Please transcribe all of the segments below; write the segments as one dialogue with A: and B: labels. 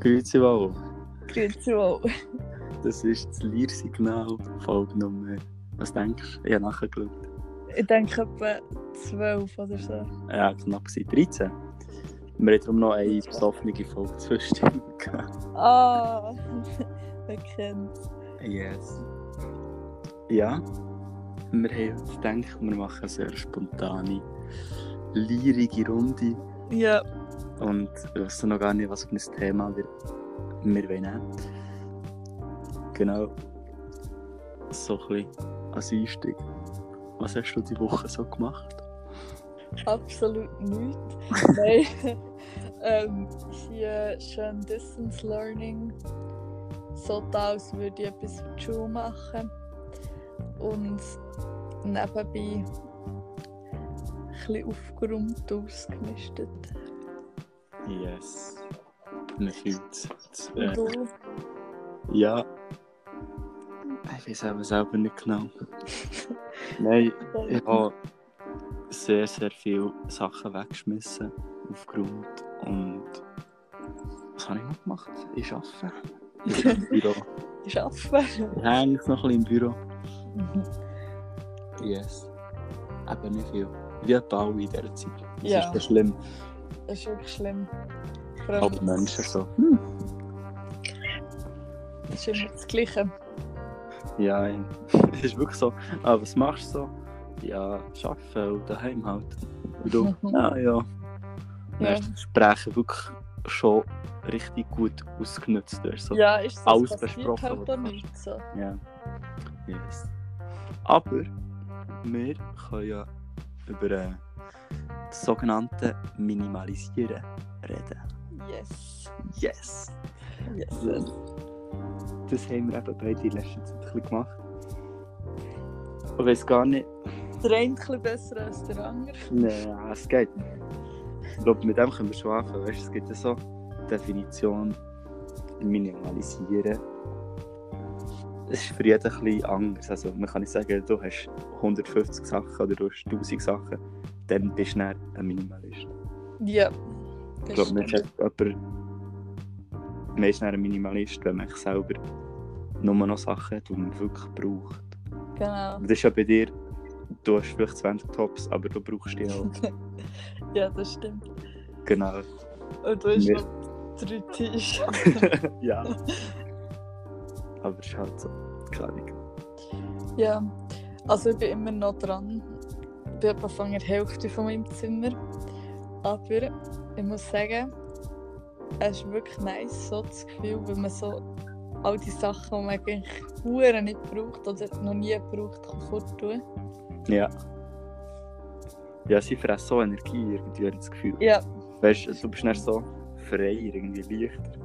A: Grüezi wohl.
B: Grüezi wohl.
A: Das ist das Lehrsignal, Folge Nummer. Was denkst du? Ich habe nachgeschaut.
B: Ich denke etwa 12 oder so.
A: Ja, knapp seit 13. Wir haben darum noch eine besoffene Folge zwischen.
B: Ah, wer kennt's?
A: Yes. Ja, wir haben jetzt gedacht, wir machen eine sehr spontane, leerige Runde.
B: Ja,
A: Und ich weiß noch gar nicht, was für ein Thema wir, wir wollen nehmen Genau. So ein bisschen als Einstieg. Was hast du die Woche so gemacht?
B: absolut nichts. Nein. ähm, hier schön Distance Learning. So da, als würde ich etwas für die Schule machen. Und nebenbei ein bisschen aufgeräumt, ausgemistet.
A: Yes. Man fühlt äh, es.
B: Und du?
A: ja. Ich weiß aber selber nicht genau. Nein, ich habe sehr, sehr viele Sachen weggeschmissen. Aufgeräumt. Und was habe ich noch gemacht? Ich arbeite. Ich bin im Büro.
B: Ich arbeite.
A: Ich hänge noch ein bisschen im Büro. Yes. Eben nicht viel. Wie ein Bau in dieser Zeit. Das
B: Ja.
A: ist das schlimm.
B: Das ist wirklich schlimm. Vor allem-
A: Halb Menschen so.
B: Das ist immer das Gleiche.
A: Ja, ja. es ist wirklich so. Aber was machst du so? Ja, eh, arbeiten und daheim halt. Und du?
B: Mhm.
A: ah ja.
B: Ja.
A: Ja. Das Sprechen wirklich schon richtig gut ausgenutzt. Ist, so.
B: Ja, ist so.
A: Alles
B: es passiert
A: besprochen,
B: Halt
A: was
B: auch
A: du
B: nicht so.
A: Ja. Yes. Aber wir können ja über äh, das sogenannte Minimalisieren reden.
B: Yes.
A: Yes!
B: Yes.
A: Das, das haben wir eben beide in letzter Zeit ein bisschen gemacht. Ich weiß gar nicht.
B: Der eine ein bisschen besser als der andere.
A: Nein, es geht. Ich glaube, mit dem können wir schon anfangen. Weißt, du, es gibt ja so Definition minimalisieren. Es ist für jeden ein bisschen anders. Also man kann nicht sagen, du hast 150 Sachen oder du hast 1000 Sachen, dann bist du dann ein Minimalist.
B: Ja.
A: Ich
B: Das
A: glaube, man ist
B: stimmt.
A: jemand, man ist dann ein Minimalist, wenn man selber nur noch Sachen hat, die man wirklich braucht.
B: Genau.
A: Und Das ist ja bei dir, du hast vielleicht 20 Tops, aber du brauchst die auch.
B: Ja, das stimmt.
A: genau.
B: Und du hast
A: Wir-
B: noch drei Tische.
A: ja. Aber es ist halt so, keine Ahnung.
B: Ja. Also ich bin immer noch dran. Ich bin etwa von der Hälfte von meinem Zimmer. Aber ich muss sagen, es ist wirklich nice, so das Gefühl, wenn man so all die Sachen, die man eigentlich verdammt nicht braucht oder noch nie braucht, kann forttun.
A: Ja. Ja, sie fressen so Energie irgendwie, habe ich das Gefühl.
B: Ja.
A: Weißt du, du bist nicht so frei, irgendwie leichter,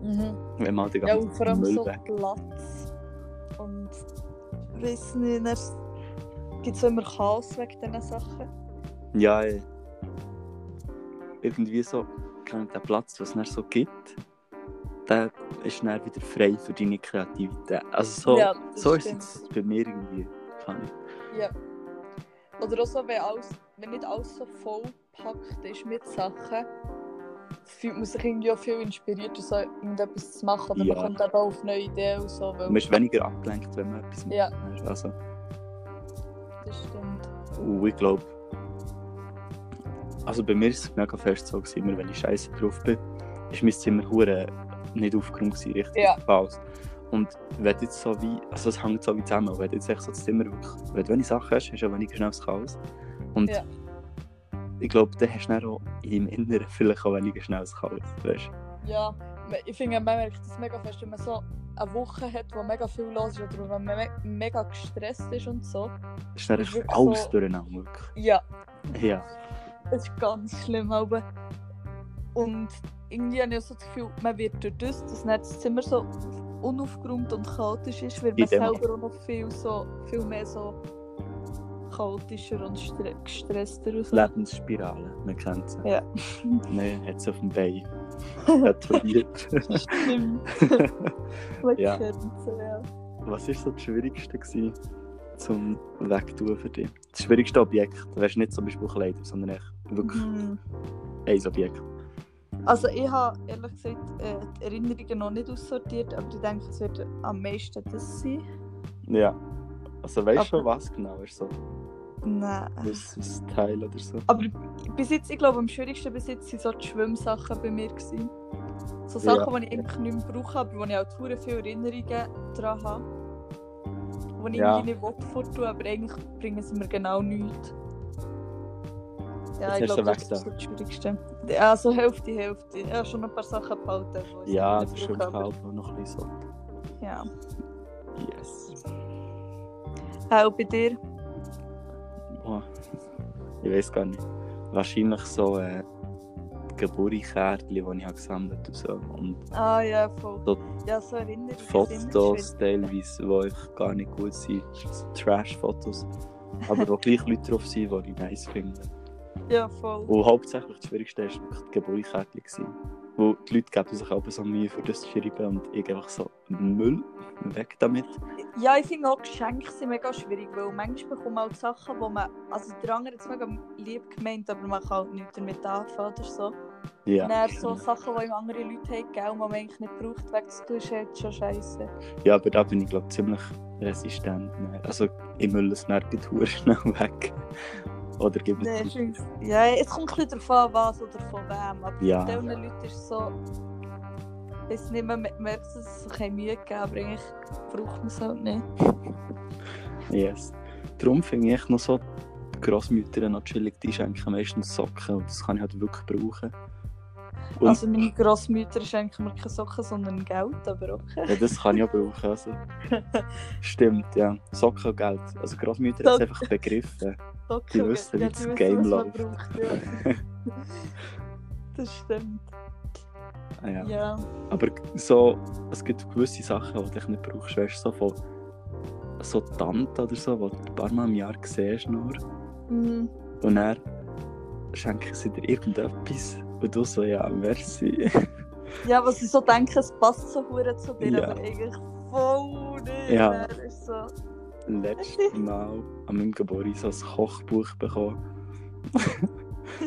B: Mhm.
A: wenn man halt den
B: Ja,
A: ganzen
B: und vor allem
A: Müll
B: so
A: weg.
B: Platz. Und ich weiss nicht, es gibt so immer Chaos wegen diesen Sachen.
A: Ja, ja. Irgendwie so, keine Ahnung, der Platz, was es dann so gibt, der ist dann wieder frei für deine Kreativität. Also so,
B: Ja, das
A: so ist
B: stimmt.
A: es bei mir irgendwie. Keine Ahnung.
B: Oder auch so, wenn, alles, wenn nicht alles so vollpackt ist mit Sachen, fühlt man sich irgendwie auch viel inspiriert, so irgendetwas zu machen. Oder
A: Ja.
B: man kommt eben auch auf neue Ideen und so. Weil,
A: Man ist weniger abgelenkt, wenn man etwas macht.
B: Ja.
A: Also,
B: das stimmt.
A: Und ich glaube, also bei mir ist es mega fest so, gewesen, immer wenn ich scheiße drauf bin, ist mein Zimmer hure nicht aufgeräumt gewesen, richtig
B: Ja.
A: Chaos. Und wenn du jetzt so wie, also es hängt so wie zusammen, wenn du jetzt echt so das Zimmer wirklich, wenn du wenig Sachen hast, hast du ja weniger schnell das Chaos. Und
B: Ja.
A: ich glaube, dann hast du dann auch im Inneren vielleicht auch weniger schnell das Chaos, weißt du?
B: Ja, ich finde, man merkt das mega fest, wenn man so eine Woche hat, wo mega viel los ist oder wenn man me mega gestresst ist und so.
A: Es ist dann
B: Das
A: echt
B: ist wirklich
A: alles
B: so-
A: durcheinander, wirklich.
B: Ja,
A: Ja,
B: Es ist ganz schlimm, aber. Und irgendwie habe ich auch so das Gefühl, man wird durch das, dass dann das Zimmer so unaufgeräumt und chaotisch ist, wird
A: In
B: man
A: dem-
B: selber auch noch viel, so, viel mehr so chaotischer und stre gestresster. Und so.
A: Lebensspirale, man kennt sie.
B: Ja.
A: Nein, hat es auf dem Bein. Hat probiert.
B: Stimmt.
A: Ja.
B: ja. ja.
A: Was war so das Schwierigste gewesen, zum Wegtun für dich? Das Mhm. schwierigste Objekt, weißt du, nicht zum Beispiel Kleider, sondern echt wirklich
B: Hm.
A: ein Objekt.
B: Mhm. Also ich habe ehrlich gesagt äh, die Erinnerungen noch nicht aussortiert, aber ich denke, es wird am meisten das sein.
A: Ja. Also weißt du schon,
B: Aber-
A: was genau ist so?
B: Nein.
A: Das ist ein Teil oder so.
B: Aber bis jetzt, ich glaube, am schwierigsten bis jetzt waren so die Schwimmsachen bei mir. Gewesen. So
A: Ja.
B: Sachen, die ich eigentlich nicht mehr brauche, aber wo ich auch hure viele Erinnerungen daran habe. Wo ich
A: Ja.
B: irgendwie nicht will forttun, aber eigentlich bringen sie mir genau nichts. Ja,
A: Jetzt hast
B: ich
A: du
B: glaube, das
A: sie
B: ist so das Schwierigste. Ja, so Hälfte, Hälfte. Ich habe schon ein paar Sachen behalten. die ich
A: Ja,
B: nicht
A: das ist schon
B: brauche, aber-
A: halt noch ein bisschen so.
B: Ja.
A: Yes.
B: Auch bei dir?
A: Boah. Ich weiß gar nicht. Wahrscheinlich so äh, Geburtskärtchen, die ich habe gesammelt habe. So. Und
B: Ah ja, voll.
A: So-
B: ja, so erinnere ich
A: Fotos teilweise, die echt gar nicht gut sind. So Trash-Fotos. Aber wo gleich Leute drauf sind, die ich nice finde.
B: Ja, voll.
A: Und hauptsächlich das Schwierigste war wirklich die Geburtskärtchen. gewesen. Wo die Leute geben sich auch so Mühe für das zu schreiben und ich einfach so Müll weg damit.
B: Ja, ich finde auch Geschenke sind mega schwierig, weil manchmal bekommt man auch Sachen, wo man. Also der andere hat es mega lieb gemeint, aber man kann halt nichts damit anfangen oder so.
A: Ja.
B: Ja. Dann so Sachen, die ihm andere Leute haben gegeben, die man eigentlich nicht braucht, wegzutun, ist halt schon scheiße.
A: Ja, aber da bin ich, glaube ich, ziemlich resistent. ne. Also, ich müll es nicht die Tour schnell weg. Oder gebe es
B: Nee,
A: nicht.
B: stimmt. Ja, es kommt ein bisschen darauf an, was oder von wem. Aber
A: Ja.
B: bei diesen Leuten ist es so. Ich weiß nicht, man merkt, dass es so keine Mühe gegeben aber eigentlich braucht man es halt nicht.
A: Yes. Darum finde ich noch so, die Grossmütter noch chillig, die schenken meistens Socken. Und das kann ich halt wirklich brauchen. Und-
B: Also meine Grossmütter schenken mir keine Socken, sondern Geld, aber okay.
A: Ja, das kann ich auch brauchen. Also. Stimmt, ja. Socken und Geld. Also, Grossmütter hat es
B: Socken.
A: einfach begriffen.
B: Socken,
A: Die wissen, wie
B: ja,
A: das
B: die wissen,
A: Game
B: was man
A: läuft.
B: braucht, ja. das stimmt.
A: Ah, ja.
B: Ja.
A: Aber so, es gibt gewisse Sachen, die du nicht brauchst. Weißt du, so von so Tante oder so, die du ein paar Mal im Jahr siehst. Nur.
B: Mhm.
A: Und er schenken sie dir irgendetwas. Und du so, ja, merci.
B: ja, was ich so denke, es passt so hure zu dir,
A: Ja.
B: aber eigentlich voll nicht.
A: Ja.
B: Er ist so,
A: Letztes Mal an meinem Geburtstag so ein Kochbuch bekommen.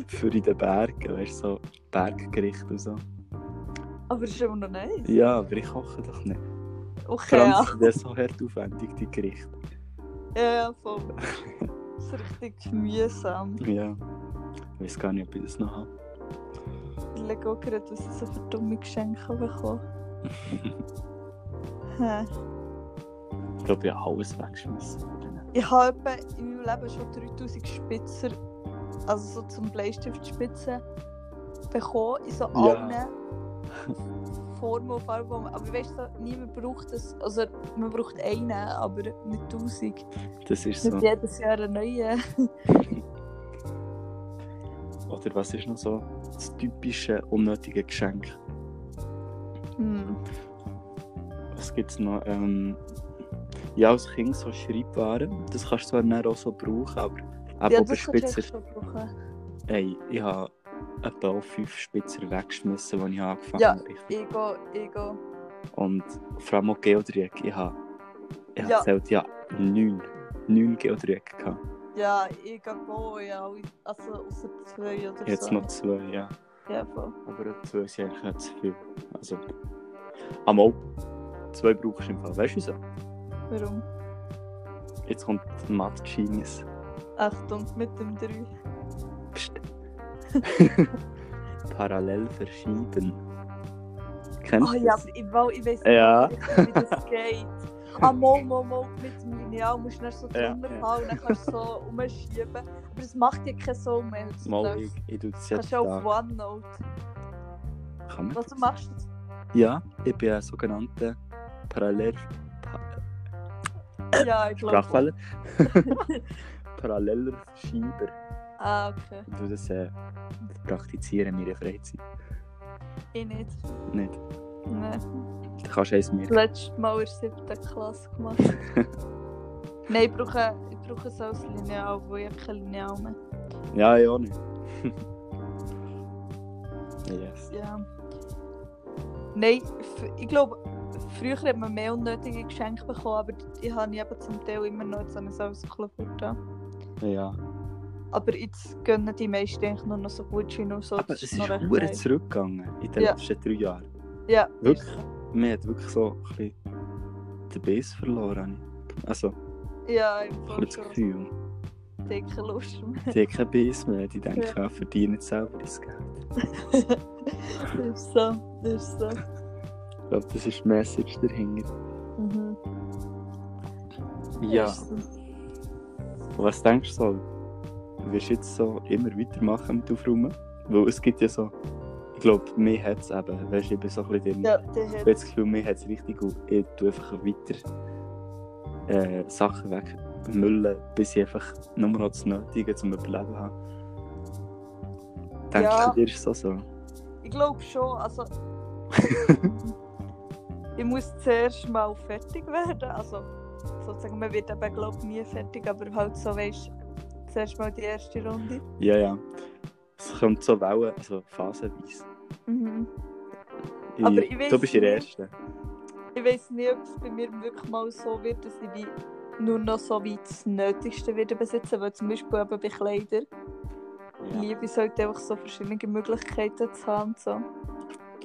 A: Für in den Bergen, weißt du, so Berggericht und so.
B: aber es ist immer noch nice.
A: Ja, aber ich koche doch nicht. Vor
B: Okay,
A: allem
B: ja.
A: sind die so hart aufwendig, die Gerichte.
B: ja, ja, voll. Das ist richtig mühsam.
A: Ja. Ich weiß gar nicht, ob ich das noch habe.
B: Ich lege auch gerade, was ich so für dumme Geschenke bekomme. Hä.
A: Ich glaube, ich habe alles weggeschmissen.
B: Ich habe etwa in meinem Leben schon 3000 Spitzer, also so zum Bleistiftspitzen, bekommen. In so allen Formen und Farben. die man- Aber weißt du, so, niemand braucht das. Also man braucht einen, aber nicht 1000.
A: Das ist so.
B: Nicht jedes Jahr einen neuen.
A: Oder was ist noch so das typische unnötige Geschenk?
B: Hm.
A: Was gibt es noch? Ähm, ja, als Kind so Schreibwaren. Das kannst du zwar dann auch so brauchen, aber eben
B: Ja,
A: auch bei
B: das kannst du
A: Spitzer.
B: echt schon brauchen.
A: Ey, ich habe etwa auch fünf Spitzer weggeschmissen, als ich angefangen
B: Ja.
A: habe.
B: Ego, Ego.
A: Und vor allem auch Geodreieck. Ich habe ich hab
B: Ja.
A: gezählt, ja, neun. Neun Geodreieck gehabt.
B: Ja, Ego, Go, ja. Also außer zwei oder
A: Jetzt
B: so.
A: noch zwei, ja.
B: Ja, voll.
A: Aber zwei sind eigentlich nicht zu viel. Also, einmal zwei brauchst du im Fall. Weißt du wieso?
B: Warum?
A: Jetzt kommt Mad Genius.
B: Achtung, mit dem 3.
A: Psst. Parallel verschieben. Kennst
B: Oh
A: du
B: ja,
A: das?
B: ich, weil ich weiß
A: Ja.
B: nicht, wie das geht. Ah, mal, mal, mal, mit dem Lineal musst du dann so
A: Ja,
B: drunter
A: ja.
B: haben und dann kannst du so umschieben. Aber das macht ja keinen Sinn mehr. Du
A: Mal, ich,
B: darfst-
A: ich tue das jetzt
B: kannst du Also- auf
A: da.
B: OneNote.
A: Kann man
B: Was
A: das?
B: du machst jetzt?
A: Ja, ich bin ein sogenannter Parallel... Pa
B: Ja, ich glaube.
A: Sprachfehler. Paralleller Verschieber.
B: Ah, okay.
A: Ich tue das äh, praktizieren in meiner Freizeit.
B: Ich nicht.
A: Nicht.
B: Nein.
A: Du kannst eins mir...
B: Das letzte Mal in der siebten Klasse gemacht. Nein, ich brauche, ich brauche so ein Lineal, wo ich habe kein Lineal mehr
A: Ja, ja, nicht. yes.
B: Ja. Nein, f- ich glaube, früher hat man mehr unnötige Geschenke bekommen, aber ich habe eben zum Teil immer noch so einen Sausklopfer.
A: Ja.
B: Aber jetzt gönnen die meisten eigentlich nur noch so Gutscheine und so.
A: Aber
B: das
A: es ist
B: noch recht
A: hure
B: nice.
A: zurückgegangen in den
B: Ja.
A: letzten drei Jahren.
B: Ja,
A: Wirklich, man hat wirklich so ein bisschen den Biss verloren. habe ich. Also,
B: ja,
A: ich
B: im
A: habe
B: Fall
A: das
B: schon
A: Gefühl,
B: dicke Lust mehr.
A: die haben keinen Biss mehr. Die denken,
B: Ja.
A: ja. verdienen selber das Geld.
B: Das ist so, das ist so.
A: Ich glaube, das ist die Message dahinter.
B: Mhm.
A: Ja,
B: Das ist so.
A: was denkst du so? Wirst du jetzt so immer weitermachen mit Aufräumen? Weil es gibt ja so, ich glaube, mir hat es eben, weißt du, ich bin so ein bisschen drin.
B: Ja, der hat
A: Ich habe das Gefühl, mir hat es richtig gut. Ich tue einfach weiter äh, Sachen wegmüllen, bis ich einfach nur noch das Nötige zum Überleben habe. Denkst
B: Ja.
A: du, dir ist es auch so?
B: Ich glaube schon, also. ich muss zuerst mal fertig werden. Also, sozusagen, man wird eben, glaube ich, nie fertig, aber halt so, weißt du, zuerst mal die erste Runde.
A: Ja, ja. Es kommt so Wellen, also phasenweise.
B: Mhm.
A: Ich,
B: Aber ich weiss
A: du bist in der
B: nicht.
A: Ersten.
B: Ich weiß nicht, ob es bei mir wirklich mal so wird, dass ich wie nur noch so wie das Nötigste wieder besitze, weil zum Beispiel eben bei Kleidern
A: Ja.
B: liebe ich es halt einfach so verschiedene Möglichkeiten zu haben. und So.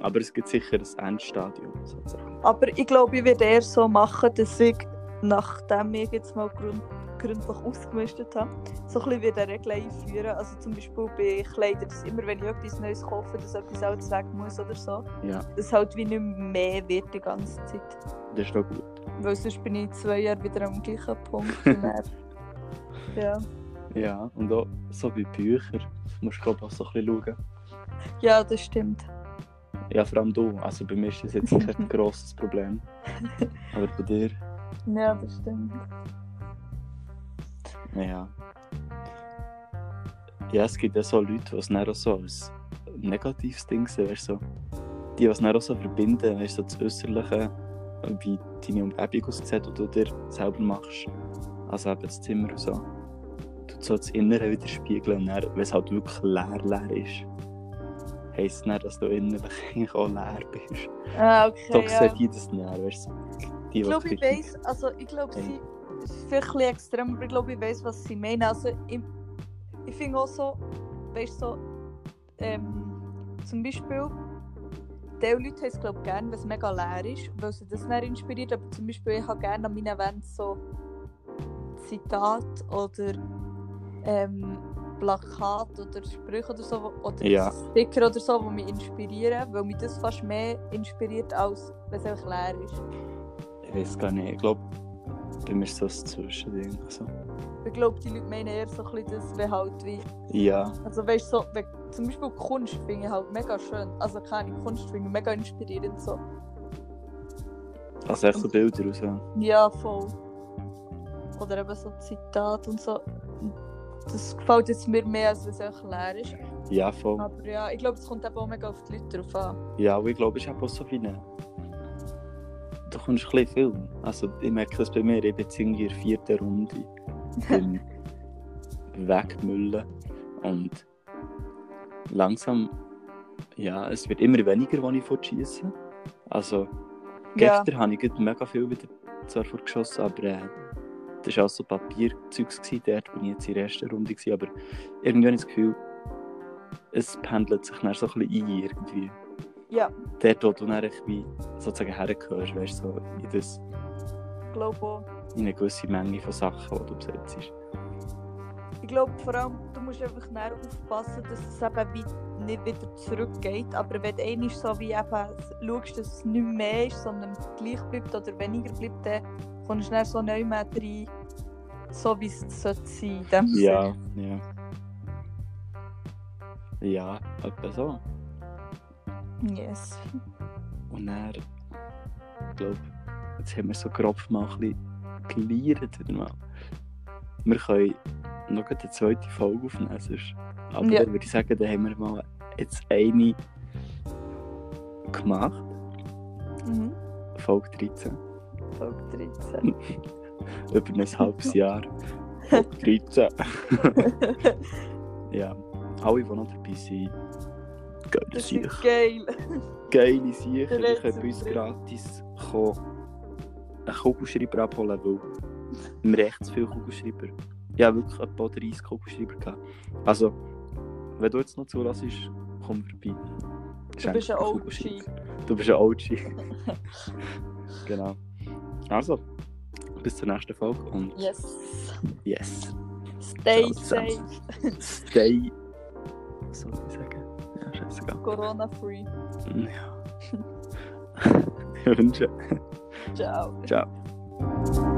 A: Aber es gibt sicher ein Endstadium, sozusagen.
B: Aber ich glaube, ich werde eher so machen, dass ich, nachdem ich jetzt mal grund gründlich ausgemistet habe, so ein bisschen wieder Regeln einführen. Also zum Beispiel bei Kleidern, dass immer wenn ich etwas Neues kaufe, dass etwas alles weg muss oder so.
A: Ja.
B: Dass halt wie nicht mehr wird die ganze Zeit.
A: Das ist doch gut.
B: Weil sonst bin ich in zwei Jahre wieder am gleichen Punkt. und dann- ja.
A: Ja, und auch so bei Büchern musst du, glaube ich, auch so ein bisschen schauen.
B: ja, das stimmt.
A: Ja, vor allem du. Also bei mir ist das jetzt kein grosses Problem. Aber bei dir,
B: Ja, das stimmt.
A: ja. Ja, es gibt ja so Leute, die es dann auch so als negatives Ding sehen. Weißt, du, so. Die, die es dann auch so verbinden, weißt, du, so das Äußerliche, wie deine Umgebung aussieht und du dir selber machst. Also eben das Zimmer und so. Du so das Innere wieder spiegeln und dann, wenn es halt wirklich leer, leer ist, heisst es dann, dass du innerlich eigentlich auch leer bist.
B: Ah, okay.
A: Doch
B: ja.
A: sieht jedes näher, weißt du? Die,
B: Ich glaube, ich
A: wirklich-
B: weiß, also ich glaube,
A: Hey.
B: sie es ist vielleicht ein bisschen extrem, aber ich glaube, ich weiß, was sie meinen. Also ich, ich finde auch so, weißt so, ähm, zum Beispiel, die Leute haben es glaube gerne, wenn es mega leer ist, weil sie das nicht inspiriert. Aber zum Beispiel, ich habe gerne an meinen Events so Zitat oder ähm, Plakat oder Sprüche oder so wo- oder
A: Ja.
B: Sticker oder so, die mich inspirieren, weil mich das fast mehr inspiriert, als wenn es einfach leer ist.
A: Ich weiß gar nicht. Ich glaube, bei mir ist so ein Zwischending. Also,
B: Ich glaube, die Leute meinen eher so ein bisschen das, wenn halt wie.
A: ja,
B: Also weißt du, so, wenn, zum Beispiel Kunst finde ich halt mega schön. Also keine Kunst finde ich mega inspirierend. So.
A: also echt so Bilder raus. Ja,
B: Ja, voll. Oder eben so Zitate und so. Das gefällt jetzt mir mehr, als wenn es einfach leer ist.
A: ja voll.
B: Aber ja, ich glaube, es kommt eben auch mega auf die Leute drauf an.
A: Ja, aber ich glaube, es ist eben auch so wie eine... Du kommst ein bisschen Film. Also, ich merke das bei mir. Ich bin jetzt irgendwie in der vierten Runde beim Wegmüllen. Und langsam... Ja, es wird immer weniger, wenn ich fortschieße. Also...
B: Ja,
A: Gestern habe ich gerade mega viel wieder zwar vorgeschossen, aber äh, das war auch so Papierzeugs. gewesen. Dort bin ich jetzt in der ersten Runde. Gewesen, aber irgendwie habe ich das Gefühl, es pendelt sich dann so ein bisschen ein. Irgendwie.
B: Ja.
A: Dort, wo du dann echt wie sozusagen hergehörst, weißt du, so in, das,
B: ich glaube auch.
A: in eine gewisse Menge von Sachen, die du besitzt.
B: Ich glaube vor allem, du musst einfach näher aufpassen, dass es eben wie nicht wieder zurückgeht. Aber wenn du einmal so wie eben schaust, dass es nicht mehr ist, sondern gleich bleibt oder weniger bleibt, dann kommst du näher so neu mehr rein, so wie es sollte sein in dem
A: Ja,
B: Sinne.
A: ja. Ja, etwa so.
B: Yes.
A: Und dann, ich glaube, jetzt haben wir so grob mal ein bisschen geliert wieder mal. Wir können noch gleich eine zweite Folge aufnehmen. Sonst. Aber
B: Ja.
A: dann würde ich sagen, dann haben wir mal jetzt eine gemacht,
B: Mhm.
A: Folge 13,
B: Folge 13.
A: über ein halbes Jahr. Folge 13. ja, alle, die noch dabei sind, gehen
B: Das
A: sich.
B: ist geil.
A: geile Sicher,
B: Der
A: die können bei uns
B: Rechtsauftritt.
A: gratis kommen, einen Kugelschreiber abholen, weil wir haben echt zu viele Kugelschreiber Ich habe wirklich etwa 30 Kugelschreiber gehabt. Also, wenn du jetzt noch zulässt, komm vorbei.
B: Du bist ein
A: Schenk mir
B: OG.
A: Kugelschreiber. Du bist ein OG. genau. Also, bis zur nächsten Folge und
B: Yes.
A: yes.
B: Stay
A: Ciao zusammen.
B: safe.
A: Stay. Was soll ich sagen? Ja, scheißegal.
B: Corona-free.
A: Ja. ich wünsche.
B: Ciao.
A: Ciao.